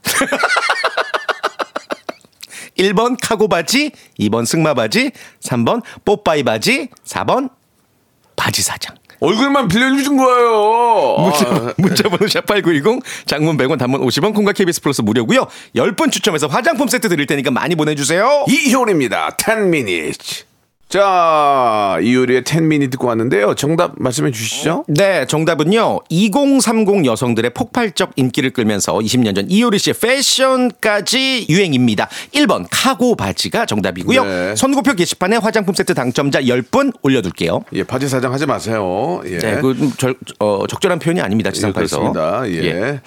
[SPEAKER 6] 1번 카고 바지, 2번 승마 바지, 3번 뽀빠이 바지, 4번 바지 사장.
[SPEAKER 3] 얼굴만 빌려준 거예요. 아, 어.
[SPEAKER 6] 문자, 문자 번호 샵8910 장문 100원 단문 50원 콩과 KBS 플러스 무료고요. 10분 추첨해서 화장품 세트 드릴 테니까 많이 보내 주세요.
[SPEAKER 3] 이효리입니다. 10 minutes. 자, 이효리의 10미니 듣고 왔는데요. 정답 말씀해 주시죠.
[SPEAKER 6] 네, 정답은요. 2030 여성들의 폭발적 인기를 끌면서 20년 전 이효리 씨의 패션까지 유행입니다. 1번 카고 바지가 정답이고요.
[SPEAKER 3] 네.
[SPEAKER 6] 선고표 게시판에 화장품 세트 당첨자 10분 올려둘게요.
[SPEAKER 3] 예, 바지 사장 하지 마세요. 예.
[SPEAKER 6] 네, 그 음, 절, 어, 적절한 표현이 아닙니다.
[SPEAKER 3] 예,
[SPEAKER 6] 지상파에서.
[SPEAKER 3] 그렇습니다. 예.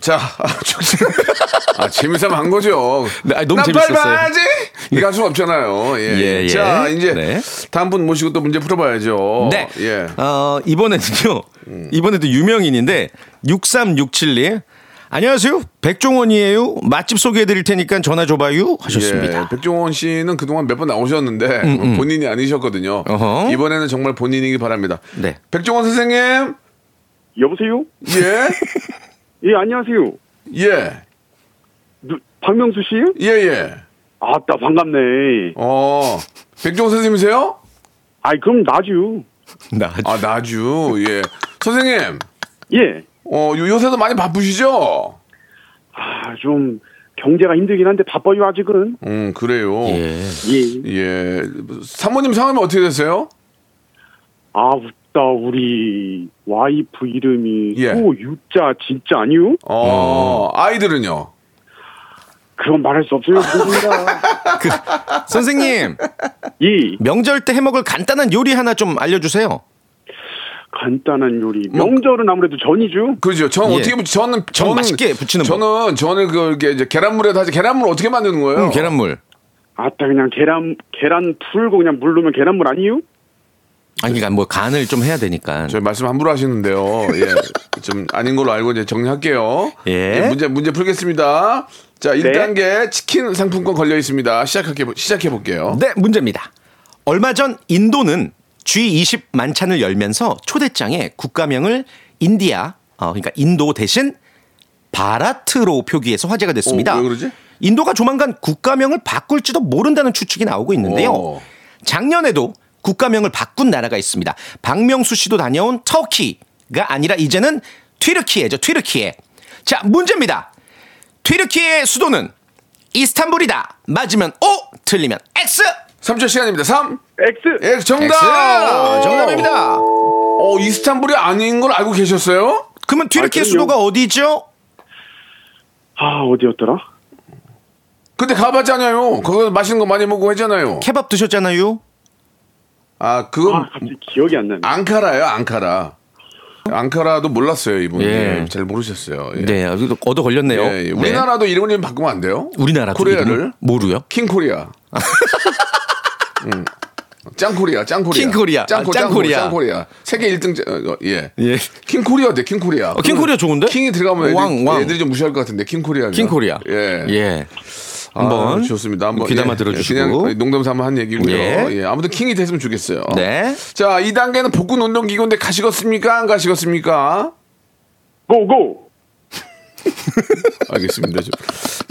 [SPEAKER 3] 자, (laughs) 아, 저- 아, 재미삼아 한 거죠.
[SPEAKER 6] 네, 아니, 너무
[SPEAKER 3] 나
[SPEAKER 6] 재밌었어요.
[SPEAKER 3] 팔바지? 이거 할 수는 없잖아요. 예.
[SPEAKER 6] 예, 예.
[SPEAKER 3] 자, 이제
[SPEAKER 6] 네.
[SPEAKER 3] 다음 분 모시고 또 문제 풀어봐야죠.
[SPEAKER 6] 네.
[SPEAKER 3] 예. 음.
[SPEAKER 6] 어, 이번에는요. 이번에도 유명인인데 6367님. 안녕하세요. 백종원이에요. 맛집 소개해 드릴 테니까 전화 줘 봐요. 하셨습니다. 음,
[SPEAKER 3] 예, 백종원 씨는 그동안 몇 번 나오셨는데 본인이 아니셨거든요.
[SPEAKER 6] 어허.
[SPEAKER 3] 이번에는 정말 본인이기 바랍니다.
[SPEAKER 6] 네.
[SPEAKER 3] 백종원 선생님,
[SPEAKER 9] 여보세요?
[SPEAKER 3] 예,
[SPEAKER 9] 예, 안녕하세요.
[SPEAKER 3] 예,
[SPEAKER 9] 누, 박명수 씨?
[SPEAKER 3] 예, 예.
[SPEAKER 9] 아따, 반갑네.
[SPEAKER 3] 어, 백종원 선생님이세요?
[SPEAKER 9] 아이, 그럼 나죠.
[SPEAKER 6] 나
[SPEAKER 3] 아, 나주. 예, 선생님,
[SPEAKER 9] 예.
[SPEAKER 3] 어, 요- 요새도 많이 바쁘시죠?
[SPEAKER 9] 아, 좀 경제가 힘들긴 한데 바빠요, 아직은.
[SPEAKER 3] 음, 그래요. 예.
[SPEAKER 9] 예.
[SPEAKER 3] 사모님 상황이 어떻게 되세요?
[SPEAKER 9] 아, 웃다, 우리 와이프 이름이
[SPEAKER 3] 예.
[SPEAKER 9] 또 유자 진짜 아니요?
[SPEAKER 3] 어, 아이들은요?
[SPEAKER 9] 그건 말할 수 없어요.
[SPEAKER 3] (laughs)
[SPEAKER 9] 죄송합니다.
[SPEAKER 6] 선생님.
[SPEAKER 9] 예.
[SPEAKER 6] 명절 때 해먹을 간단한 요리 하나 좀 알려주세요.
[SPEAKER 9] 간단한 요리.
[SPEAKER 3] 음.
[SPEAKER 9] 명절은 아무래도 전이죠.
[SPEAKER 3] 그죠. 전
[SPEAKER 6] 예.
[SPEAKER 3] 어떻게 붙이 저는
[SPEAKER 6] 전
[SPEAKER 3] 저는-
[SPEAKER 6] 맛있게 부치는 법.
[SPEAKER 3] 저는 저는 그 이렇게 이제 계란물에다 하지 음, 계란물 어떻게 만드는 거예요?
[SPEAKER 6] 응, 계란물.
[SPEAKER 9] 아따, 그냥 계란, 계란 풀고 그냥 물 넣으면 계란물 아니요?
[SPEAKER 6] 아니, 그러니까 뭐 간을 좀 해야 되니까.
[SPEAKER 3] 저희 말씀 함부로 하시는데요.
[SPEAKER 6] (laughs)
[SPEAKER 3] 예. 좀 아닌 걸로 알고 이제 정리할게요.
[SPEAKER 6] 예. 네.
[SPEAKER 3] 문제 문제 풀겠습니다. 자, 1단계 치킨 상품권 걸려 있습니다. 시작할게 시작해 볼게요.
[SPEAKER 6] 네, 문제입니다. 얼마 전 인도는 G20 만찬을 열면서 초대장에 국가명을 인디아, 어, 그러니까 인도 대신 바라트로 표기해서 화제가 됐습니다.
[SPEAKER 3] 어, 왜 그러지?
[SPEAKER 6] 인도가 조만간 국가명을 바꿀지도 모른다는 추측이 나오고 있는데요.
[SPEAKER 3] 어.
[SPEAKER 6] 작년에도 국가명을 바꾼 나라가 있습니다. 박명수 씨도 다녀온 터키가 아니라 이제는 튀르키예죠. 튀르키예. 자, 문제입니다. 튀르키예의 수도는 이스탄불이다. 맞으면 O, 틀리면 X.
[SPEAKER 3] 3초 시간입니다. 3.
[SPEAKER 9] 엑스!
[SPEAKER 3] 예, 정답.
[SPEAKER 6] X! 정답입니다.
[SPEAKER 3] 어, 이스탄불이 아닌 걸 알고 계셨어요?
[SPEAKER 6] 그러면 튀르키예
[SPEAKER 9] 아, 그럼요.
[SPEAKER 6] 수도가 어디죠?
[SPEAKER 9] 아, 어디였더라?
[SPEAKER 3] 근데 가봤잖아요. 거기서 맛있는 거 많이 먹고 했잖아요.
[SPEAKER 6] 케밥 드셨잖아요.
[SPEAKER 3] 아, 그건
[SPEAKER 9] 아, 갑자기 기억이 안 나네.
[SPEAKER 3] 앙카라예요, 앙카라. 앙카라도 몰랐어요, 이분.
[SPEAKER 6] 예.
[SPEAKER 3] 예. 잘 모르셨어요. 예.
[SPEAKER 6] 네, 얻어 걸렸네요.
[SPEAKER 3] 예, 예. 우리나라도 이름을 좀 바꾸면 안 돼요?
[SPEAKER 6] 우리나라
[SPEAKER 3] 코리아를
[SPEAKER 6] 모르요? (laughs)
[SPEAKER 3] 킹코리아. 음. 짱코리아, 짱코리아.
[SPEAKER 6] 킹코리아.
[SPEAKER 3] 짱코,
[SPEAKER 6] 아,
[SPEAKER 3] 짱코리아.
[SPEAKER 6] 짱코리아.
[SPEAKER 3] 짱코리아. 세계 1등, 어, 예.
[SPEAKER 6] 예.
[SPEAKER 3] 킹코리아 어때, 킹코리아?
[SPEAKER 6] 어, 킹코리아 좋은데?
[SPEAKER 3] 킹이 들어가면 애들이,
[SPEAKER 6] 왕, 왕.
[SPEAKER 3] 애들이 좀 무시할 것 같은데, 킹코리아.
[SPEAKER 6] 킹코리아.
[SPEAKER 3] 예.
[SPEAKER 6] 예.
[SPEAKER 3] 아,
[SPEAKER 6] 한번 뭐
[SPEAKER 3] 좋습니다. 한번
[SPEAKER 6] 귀담아
[SPEAKER 3] 예,
[SPEAKER 6] 들어주시고.
[SPEAKER 3] 그냥 농담 삼아 한 얘기고요.
[SPEAKER 6] 예.
[SPEAKER 3] 예. 아무튼 킹이 됐으면 좋겠어요.
[SPEAKER 6] 네.
[SPEAKER 3] 자, 2단계는 복근 운동 기구인데 가시겠습니까? 안 가시겠습니까?
[SPEAKER 9] 고고!
[SPEAKER 3] 알겠습니다. 좀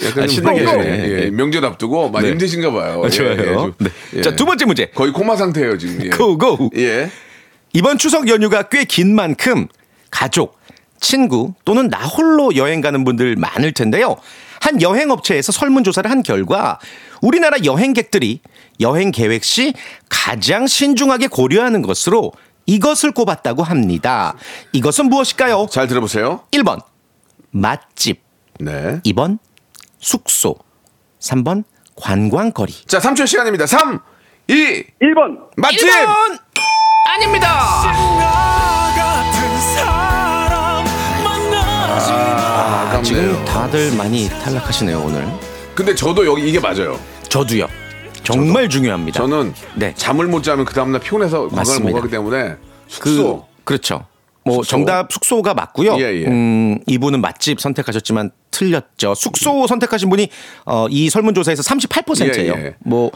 [SPEAKER 3] 약간
[SPEAKER 6] 아,
[SPEAKER 3] 좀
[SPEAKER 6] 신나게
[SPEAKER 3] 예,
[SPEAKER 6] 하시네.
[SPEAKER 3] 예, 명절 앞두고 많이
[SPEAKER 6] 네.
[SPEAKER 3] 힘드신가 봐요. 예,
[SPEAKER 6] 좋아요.
[SPEAKER 3] 예, 좀,
[SPEAKER 6] 네.
[SPEAKER 3] 예.
[SPEAKER 6] 자, 두 번째 문제.
[SPEAKER 3] 거의 코마 상태예요 지금. 예.
[SPEAKER 6] 고고.
[SPEAKER 3] 예.
[SPEAKER 6] 이번 추석 연휴가 꽤 긴 만큼 가족, 친구 또는 나 홀로 여행 가는 분들 많을 텐데요. 한 여행업체에서 설문조사를 한 결과 우리나라 여행객들이 여행 계획 시 가장 신중하게 고려하는 것으로 이것을 꼽았다고 합니다. 이것은 무엇일까요?
[SPEAKER 3] 잘 들어보세요.
[SPEAKER 6] 1번, 맛집.
[SPEAKER 3] 네.
[SPEAKER 6] 2번, 숙소. 3번, 관광거리.
[SPEAKER 3] 자, 3초 시간입니다. 3, 2,
[SPEAKER 9] 1번!
[SPEAKER 3] 맛집.
[SPEAKER 6] 1번! 아닙니다!
[SPEAKER 3] 아,
[SPEAKER 6] 지금 다들 많이 탈락하시네요, 오늘.
[SPEAKER 3] 근데 저도 여기 이게 맞아요.
[SPEAKER 6] 저도요. 정말 중요합니다.
[SPEAKER 3] 저는
[SPEAKER 6] 네.
[SPEAKER 3] 잠을 못 자면 그 다음날 피곤해서 관광을 못
[SPEAKER 6] 맞습니다.
[SPEAKER 3] 가기 때문에
[SPEAKER 6] 그
[SPEAKER 3] 숙소.
[SPEAKER 6] 그렇죠. 뭐 정답 숙소가 맞고요.
[SPEAKER 3] 예, 예.
[SPEAKER 6] 음, 이분은 맛집 선택하셨지만 틀렸죠. 숙소 선택하신 분이 어, 이 설문조사에서 38%예요.
[SPEAKER 3] 음. 예, 예.
[SPEAKER 6] 뭐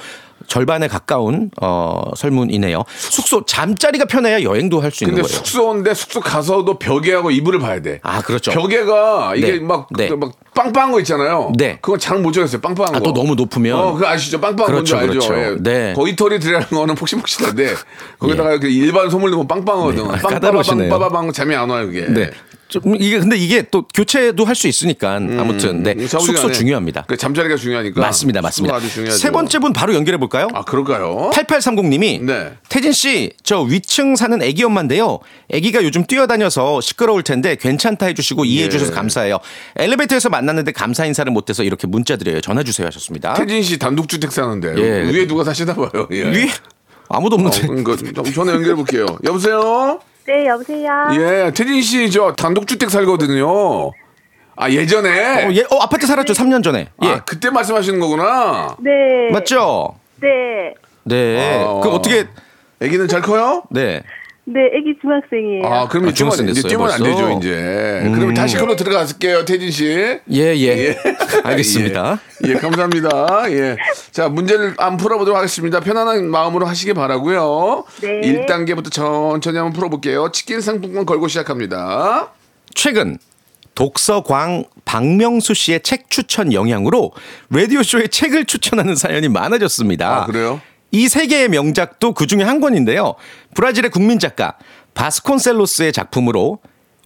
[SPEAKER 6] 절반에 가까운 어, 설문이네요. 숙소 잠자리가 편해야 여행도 할 수 있는
[SPEAKER 3] 근데
[SPEAKER 6] 거예요.
[SPEAKER 3] 숙소인데 숙소 가서도 벽에하고 이불을 봐야 돼.
[SPEAKER 6] 아 그렇죠.
[SPEAKER 3] 벽에가 이게
[SPEAKER 6] 네.
[SPEAKER 3] 막, 그
[SPEAKER 6] 네.
[SPEAKER 3] 막 빵빵한 거 있잖아요.
[SPEAKER 6] 네.
[SPEAKER 3] 그건 잘 못 적겠어요. 빵빵한
[SPEAKER 6] 아,
[SPEAKER 3] 거.
[SPEAKER 6] 또 너무 높으면.
[SPEAKER 3] 어, 그거 아시죠? 빵빵한
[SPEAKER 6] 그렇죠,
[SPEAKER 3] 건지 알죠?
[SPEAKER 6] 그렇죠.
[SPEAKER 3] 예.
[SPEAKER 6] 네. 예.
[SPEAKER 3] 거위털이 들어가는 거는
[SPEAKER 6] (laughs)
[SPEAKER 3] 폭신폭신한데 거기다가 이렇게 일반 소물 넣으면 빵빵하거든.
[SPEAKER 6] 네. 아,
[SPEAKER 3] 빵빵빵
[SPEAKER 6] 까다로우시네요.
[SPEAKER 3] 빵빵 잠이 안 와요, 그게.
[SPEAKER 6] 네. 좀 이게 근데 이게 또 교체도 할 수 있으니까 아무튼 네.
[SPEAKER 3] 음,
[SPEAKER 6] 숙소
[SPEAKER 3] 자부지간에
[SPEAKER 6] 중요합니다.
[SPEAKER 3] 그 잠자리가 중요하니까.
[SPEAKER 6] 맞습니다,
[SPEAKER 3] 숙소가
[SPEAKER 6] 맞습니다.
[SPEAKER 3] 아주 중요하죠.
[SPEAKER 6] 세 번째 분 바로 연결해 볼까요?
[SPEAKER 3] 아, 그럴까요?
[SPEAKER 6] 8830님이
[SPEAKER 3] 네.
[SPEAKER 6] 태진 씨, 저 위층 사는 애기 엄마인데요. 애기가 요즘 뛰어다녀서 시끄러울 텐데 괜찮다 해주시고 이해해
[SPEAKER 3] 예.
[SPEAKER 6] 주셔서 감사해요. 엘리베이터에서 만났는데 감사 인사를 못해서 이렇게 문자 드려요. 전화 주세요 하셨습니다.
[SPEAKER 3] 아, 태진 씨 단독주택 사는데
[SPEAKER 6] 예.
[SPEAKER 3] 위에 누가 사시나 봐요. 예.
[SPEAKER 6] 위 아무도
[SPEAKER 3] 어,
[SPEAKER 6] 없는데.
[SPEAKER 3] 그러니까 한번 전화 연결해 볼게요. 여보세요?
[SPEAKER 8] 네, 여보세요.
[SPEAKER 3] 예, 태진 씨 저 단독주택 살거든요. 아, 예전에?
[SPEAKER 6] 어, 예, 어 아파트 살았죠. 3년 전에. 예,
[SPEAKER 3] 아, 그때 말씀하시는 거구나.
[SPEAKER 8] 네.
[SPEAKER 6] 맞죠.
[SPEAKER 8] 네.
[SPEAKER 6] 네.
[SPEAKER 3] 어.
[SPEAKER 6] 그 어떻게?
[SPEAKER 3] 아기는 잘 커요?
[SPEAKER 6] 네.
[SPEAKER 8] 네, 애기 중학생이에요.
[SPEAKER 3] 아, 그럼
[SPEAKER 6] 아,
[SPEAKER 3] 이제 뛰면,
[SPEAKER 6] 중학생
[SPEAKER 3] 이제
[SPEAKER 6] 됐어요,
[SPEAKER 3] 뛰면 안
[SPEAKER 6] 벌써?
[SPEAKER 3] 되죠,
[SPEAKER 6] 음.
[SPEAKER 3] 이제. 그러면 다시 걸로 들어갈게요, 태진 씨.
[SPEAKER 6] 예, 예. 알겠습니다.
[SPEAKER 3] 예, 예, 감사합니다. 예. 자, 문제를 안 풀어보도록 하겠습니다. 편안한 마음으로 하시기 바라고요
[SPEAKER 8] 네.
[SPEAKER 3] 1단계부터 천천히 한번 풀어볼게요. 치킨 상품권 걸고 시작합니다.
[SPEAKER 6] 최근 독서광 박명수 씨의 책 추천 영향으로 라디오쇼에 책을 추천하는 사연이 많아졌습니다.
[SPEAKER 3] 아, 그래요?
[SPEAKER 6] 이 세 개의 명작도 그 중에 한 권인데요. 브라질의 국민 작가 바스콘셀로스의 작품으로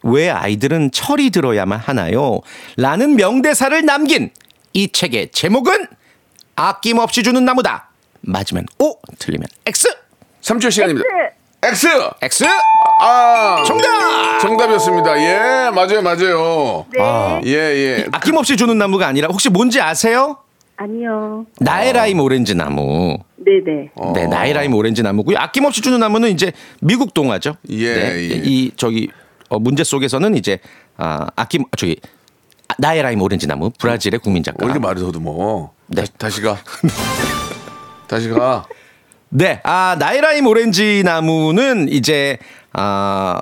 [SPEAKER 6] 왜 아이들은 철이 들어야만 하나요? 라는 명대사를 남긴 이 책의 제목은 아낌없이 주는 나무다. 맞으면 O, 틀리면 X.
[SPEAKER 3] 3초 시간입니다. X!
[SPEAKER 6] X.
[SPEAKER 3] 아! 정답! 정답이었습니다. 예, 맞아요, 맞아요.
[SPEAKER 8] 네.
[SPEAKER 3] 예, 예.
[SPEAKER 6] 아낌없이 주는 나무가 아니라 혹시 뭔지 아세요?
[SPEAKER 8] 아니요.
[SPEAKER 3] 어.
[SPEAKER 6] 나의 라임 오렌지 나무.
[SPEAKER 8] 네네.
[SPEAKER 6] 네, 나이라임 오렌지 나무고요. 아낌없이 주는 나무는 이제 미국 동화죠.
[SPEAKER 3] 예,
[SPEAKER 6] 네,
[SPEAKER 3] 예.
[SPEAKER 6] 이 저기 어, 문제 속에서는 이제 아, 아낌 저기 아, 나이라임 오렌지 나무 브라질의 국민 작가.
[SPEAKER 3] 왜 어, 이렇게 말을 더듬어?
[SPEAKER 6] 네.
[SPEAKER 3] 다시, 다시 가. 다시 가.
[SPEAKER 6] 네, 아 나이라임 오렌지 나무는 이제 아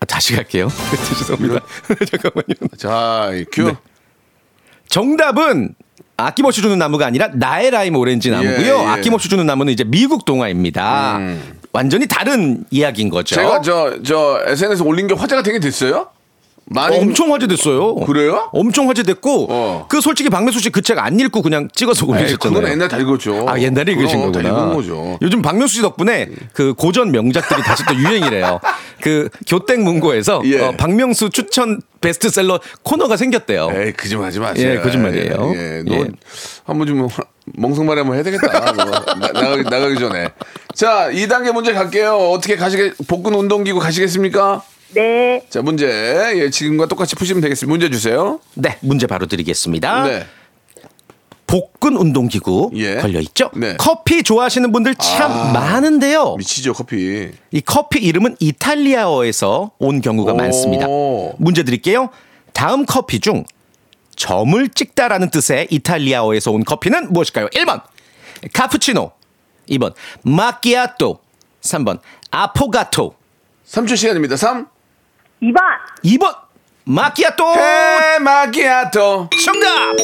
[SPEAKER 6] 아, 다시 갈게요. (laughs) 죄송합니다. (laughs) 잠깐만요.
[SPEAKER 3] 자, 이 큐.
[SPEAKER 6] 네. 정답은 아낌없이 주는 나무가 아니라 나의 라임 오렌지 나무고요.
[SPEAKER 3] 예, 예. 음.
[SPEAKER 6] 아낌없이 주는 나무는 이제 미국 동화입니다. 완전히 다른 이야기인 거죠.
[SPEAKER 3] 제가 저, 저 SNS 올린 게 화제가 되게 됐어요? 많이 좀-
[SPEAKER 6] 엄청 화제됐어요.
[SPEAKER 3] 그래요?
[SPEAKER 6] 엄청 화제됐고
[SPEAKER 3] 어.
[SPEAKER 6] 그 솔직히 박명수 씨 그 책 안 읽고 그냥 찍어서 올리셨잖아요.
[SPEAKER 3] 그건 옛날 다 읽었죠.
[SPEAKER 6] 아 옛날에 읽으신
[SPEAKER 3] 그럼 다
[SPEAKER 6] 거구나.
[SPEAKER 3] 읽은 거죠.
[SPEAKER 6] 요즘 박명수 씨 덕분에 그 고전 명작들이 다시 또
[SPEAKER 3] (laughs)
[SPEAKER 6] 유행이래요. 그 교땡 문고에서
[SPEAKER 3] 예.
[SPEAKER 6] 어, 박명수 추천 베스트셀러 코너가 생겼대요.
[SPEAKER 3] 에이 거짓말하지 마세요.
[SPEAKER 6] 예, 거짓말이에요.
[SPEAKER 3] 예, 너
[SPEAKER 6] 예.
[SPEAKER 3] 한번 좀 (laughs) 멍성말이 한번 해야 되겠다. 뭐, 나, 나가기, 나가기 전에. 자, 2단계 문제 갈게요. 어떻게 가시게 복근 운동기구 가시겠습니까?
[SPEAKER 8] 네.
[SPEAKER 3] 자, 문제. 예, 지금과 똑같이 푸시면 되겠습니다. 문제 주세요.
[SPEAKER 6] 네 문제 바로 드리겠습니다.
[SPEAKER 3] 네.
[SPEAKER 6] 복근 운동기구
[SPEAKER 3] 예.
[SPEAKER 6] 걸려 있죠.
[SPEAKER 3] 네.
[SPEAKER 6] 커피 좋아하시는 분들 참 많은데요.
[SPEAKER 3] 미치죠, 커피.
[SPEAKER 6] 이 커피 이름은 이탈리아어에서 온 경우가
[SPEAKER 3] 오.
[SPEAKER 6] 많습니다. 문제 드릴게요. 다음 커피 중 점을 찍다라는 뜻의 이탈리아어에서 온 커피는 무엇일까요? 1번 카푸치노, 2번 마끼아또, 3번 아포가토,
[SPEAKER 3] 3초 시간입니다. 3.
[SPEAKER 8] 2번.
[SPEAKER 6] 2번 마끼아또.
[SPEAKER 3] 마키아토.
[SPEAKER 6] 정답.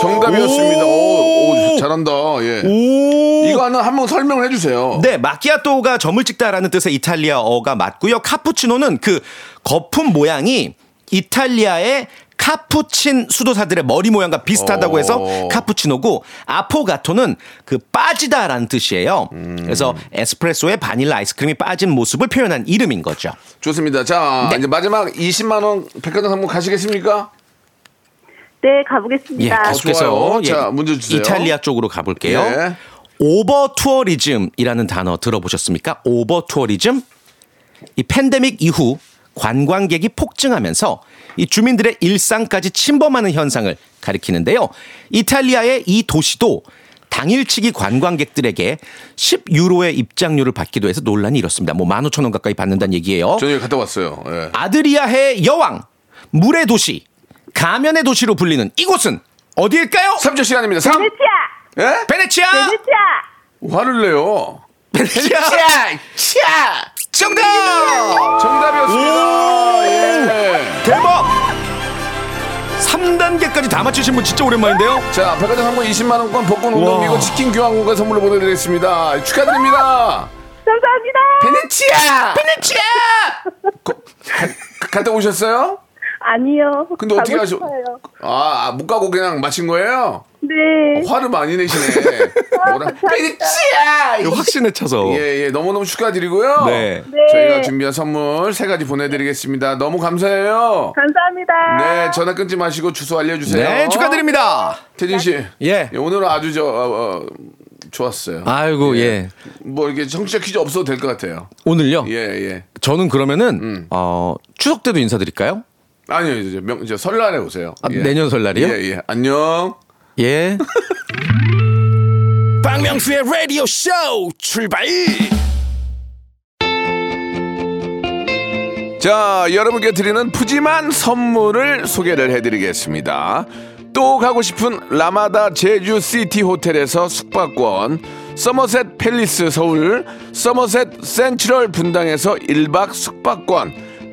[SPEAKER 3] 정답이었습니다. 오,
[SPEAKER 6] 오.
[SPEAKER 3] 오, 잘한다. 예.
[SPEAKER 6] 오.
[SPEAKER 3] 이거는 한번 설명을 해주세요.
[SPEAKER 6] 네, 마키아토가 점을 찍다라는 뜻의 이탈리아어가 맞고요. 카푸치노는 그 거품 모양이 이탈리아의 카푸친 수도사들의 머리 모양과 비슷하다고 해서
[SPEAKER 3] 어.
[SPEAKER 6] 카푸치노고 아포가토는 그 빠지다라는 뜻이에요. 그래서 에스프레소에 바닐라 아이스크림이 빠진 모습을 표현한 이름인 거죠.
[SPEAKER 3] 좋습니다. 자,
[SPEAKER 6] 네.
[SPEAKER 3] 이제 마지막 20만원 백화점 상품 가시겠습니까?
[SPEAKER 8] 네,
[SPEAKER 6] 예,
[SPEAKER 8] 가보겠습니다.
[SPEAKER 6] 계속해서
[SPEAKER 3] 좋아요. 자, 문제 주세요.
[SPEAKER 6] 이탈리아 쪽으로 가볼게요.
[SPEAKER 3] 예.
[SPEAKER 6] 오버 투어리즘이라는 단어 들어보셨습니까? 오버 투어리즘? 이 팬데믹 이후 관광객이 폭증하면서 이 주민들의 일상까지 침범하는 현상을 가리키는데요. 이탈리아의 이 도시도 당일치기 관광객들에게 10유로의 입장료를 받기도 해서 논란이 일었습니다. 뭐 15,000원 가까이 받는다는 얘기예요.
[SPEAKER 3] 저녁에 갔다 왔어요. 예.
[SPEAKER 6] 아드리아해의 여왕, 물의 도시, 가면의 도시로 불리는 이곳은 어디일까요?
[SPEAKER 3] 3초 시간입니다. 3.
[SPEAKER 8] 베네치아.
[SPEAKER 3] 예?
[SPEAKER 6] 베네치아!
[SPEAKER 8] 베네치아.
[SPEAKER 3] 화를 내요.
[SPEAKER 6] 베네치아! 정답!
[SPEAKER 3] 정답이었습니다. 예.
[SPEAKER 6] 대박! 3단계까지 다 맞추신 분 진짜 오랜만인데요?
[SPEAKER 3] 자, 백화점 상품 20만원권 복권 운동기구 치킨 교환권과 선물로 보내드리겠습니다. 축하드립니다. 베네치아!
[SPEAKER 8] 감사합니다.
[SPEAKER 3] 베네치아! 갔다 오셨어요?
[SPEAKER 8] 아니요.
[SPEAKER 3] 근데 어떻게
[SPEAKER 8] 가고
[SPEAKER 3] 하셔?
[SPEAKER 8] 싶어요.
[SPEAKER 3] 아, 아, 못 가고 그냥 마친 거예요?
[SPEAKER 8] 네.
[SPEAKER 3] 화를 많이 내시네. (laughs) 뭐라? 베네치아!
[SPEAKER 6] 확신에 차서.
[SPEAKER 3] 예, 예, 너무너무 축하드리고요.
[SPEAKER 6] 어. 네.
[SPEAKER 8] 네.
[SPEAKER 3] 저희가 준비한 선물 세 가지 보내드리겠습니다. 너무 감사해요.
[SPEAKER 8] 감사합니다.
[SPEAKER 3] 네, 전화 끊지
[SPEAKER 6] 예.
[SPEAKER 3] 마시고 주소 알려주세요.
[SPEAKER 6] 네, 축하드립니다.
[SPEAKER 3] 태진 씨.
[SPEAKER 6] 네, 예.
[SPEAKER 3] 오늘은 아주 저, 어, 어, 좋았어요.
[SPEAKER 6] 아이고 예.
[SPEAKER 3] 뭐 이렇게 정치적 퀴즈 없어도 될 것 같아요.
[SPEAKER 6] 오늘요.
[SPEAKER 3] 예, 예.
[SPEAKER 6] 저는 그러면은 어, 추석 때도 인사드릴까요?
[SPEAKER 3] 아니요, 이제 명, 이제 설날에 오세요.
[SPEAKER 6] 아,
[SPEAKER 3] 예.
[SPEAKER 6] 내년 설날이요?
[SPEAKER 3] 예, 예. 안녕.
[SPEAKER 6] (laughs) 예.
[SPEAKER 5] 박명수의 라디오 쇼 출발
[SPEAKER 3] 자, 여러분께 드리는 푸짐한 선물을 소개를 해드리겠습니다. 또 가고 싶은 라마다 제주 시티 호텔에서 숙박권, 서머셋 팰리스 서울, 서머셋 센트럴 분당에서 1박 숙박권,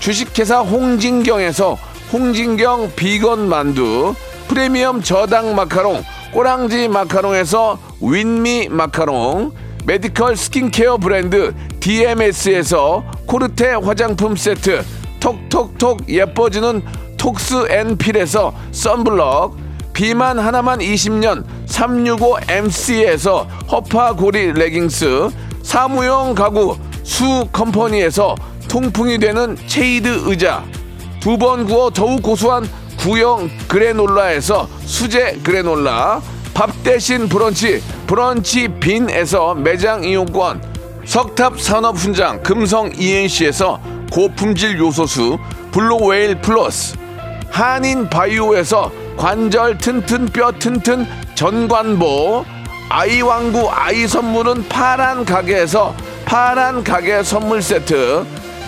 [SPEAKER 3] 주식회사 홍진경에서 홍진경 비건 만두, 프리미엄 저당 마카롱, 꼬랑지 마카롱에서 윈미 마카롱, 메디컬 스킨케어 브랜드 DMS에서 코르테 화장품 세트, 톡톡톡 예뻐지는 톡스 앤 필에서 썬블럭, 비만 하나만 20년 365MC에서 허파고리 레깅스 사무용 가구 수컴퍼니에서 통풍이 되는 체이드 의자 두 번 구워 더욱 고소한 구형 그래놀라에서 수제 그래놀라 밥 대신 브런치 브런치 빈에서 매장 이용권 석탑 산업 훈장 금성 ENC에서 고품질 요소수 블루웨일 플러스 한인 바이오에서 관절 튼튼 뼈 튼튼 전관보 아이 왕구 아이 선물은 파란 가게에서 파란 가게 선물 세트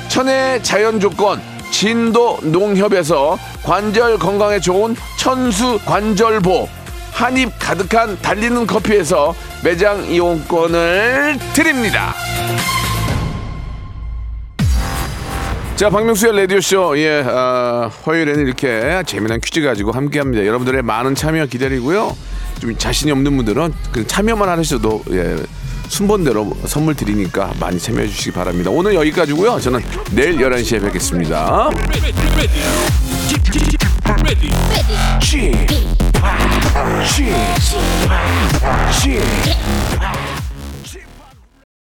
[SPEAKER 3] 천혜의 자연 조건 진도 농협에서 관절 건강에 좋은 천수 관절보 한입 가득한 달리는 커피에서 매장 이용권을 드립니다. 자, 박명수의 라디오쇼. 예, 아, 화요일에는 이렇게 재미난 퀴즈 가지고 함께 합니다. 여러분들의 많은 참여 기다리고요. 좀 자신이 없는 분들은 그냥 참여만 하셔도, 예, 순번대로 선물 드리니까 많이 참여해 주시기 바랍니다. 오늘 여기까지고요. 저는 내일 11시에 뵙겠습니다.
[SPEAKER 2] ready, ready, get, get, get ready.
[SPEAKER 7] Cheese. Cheese. Cheese.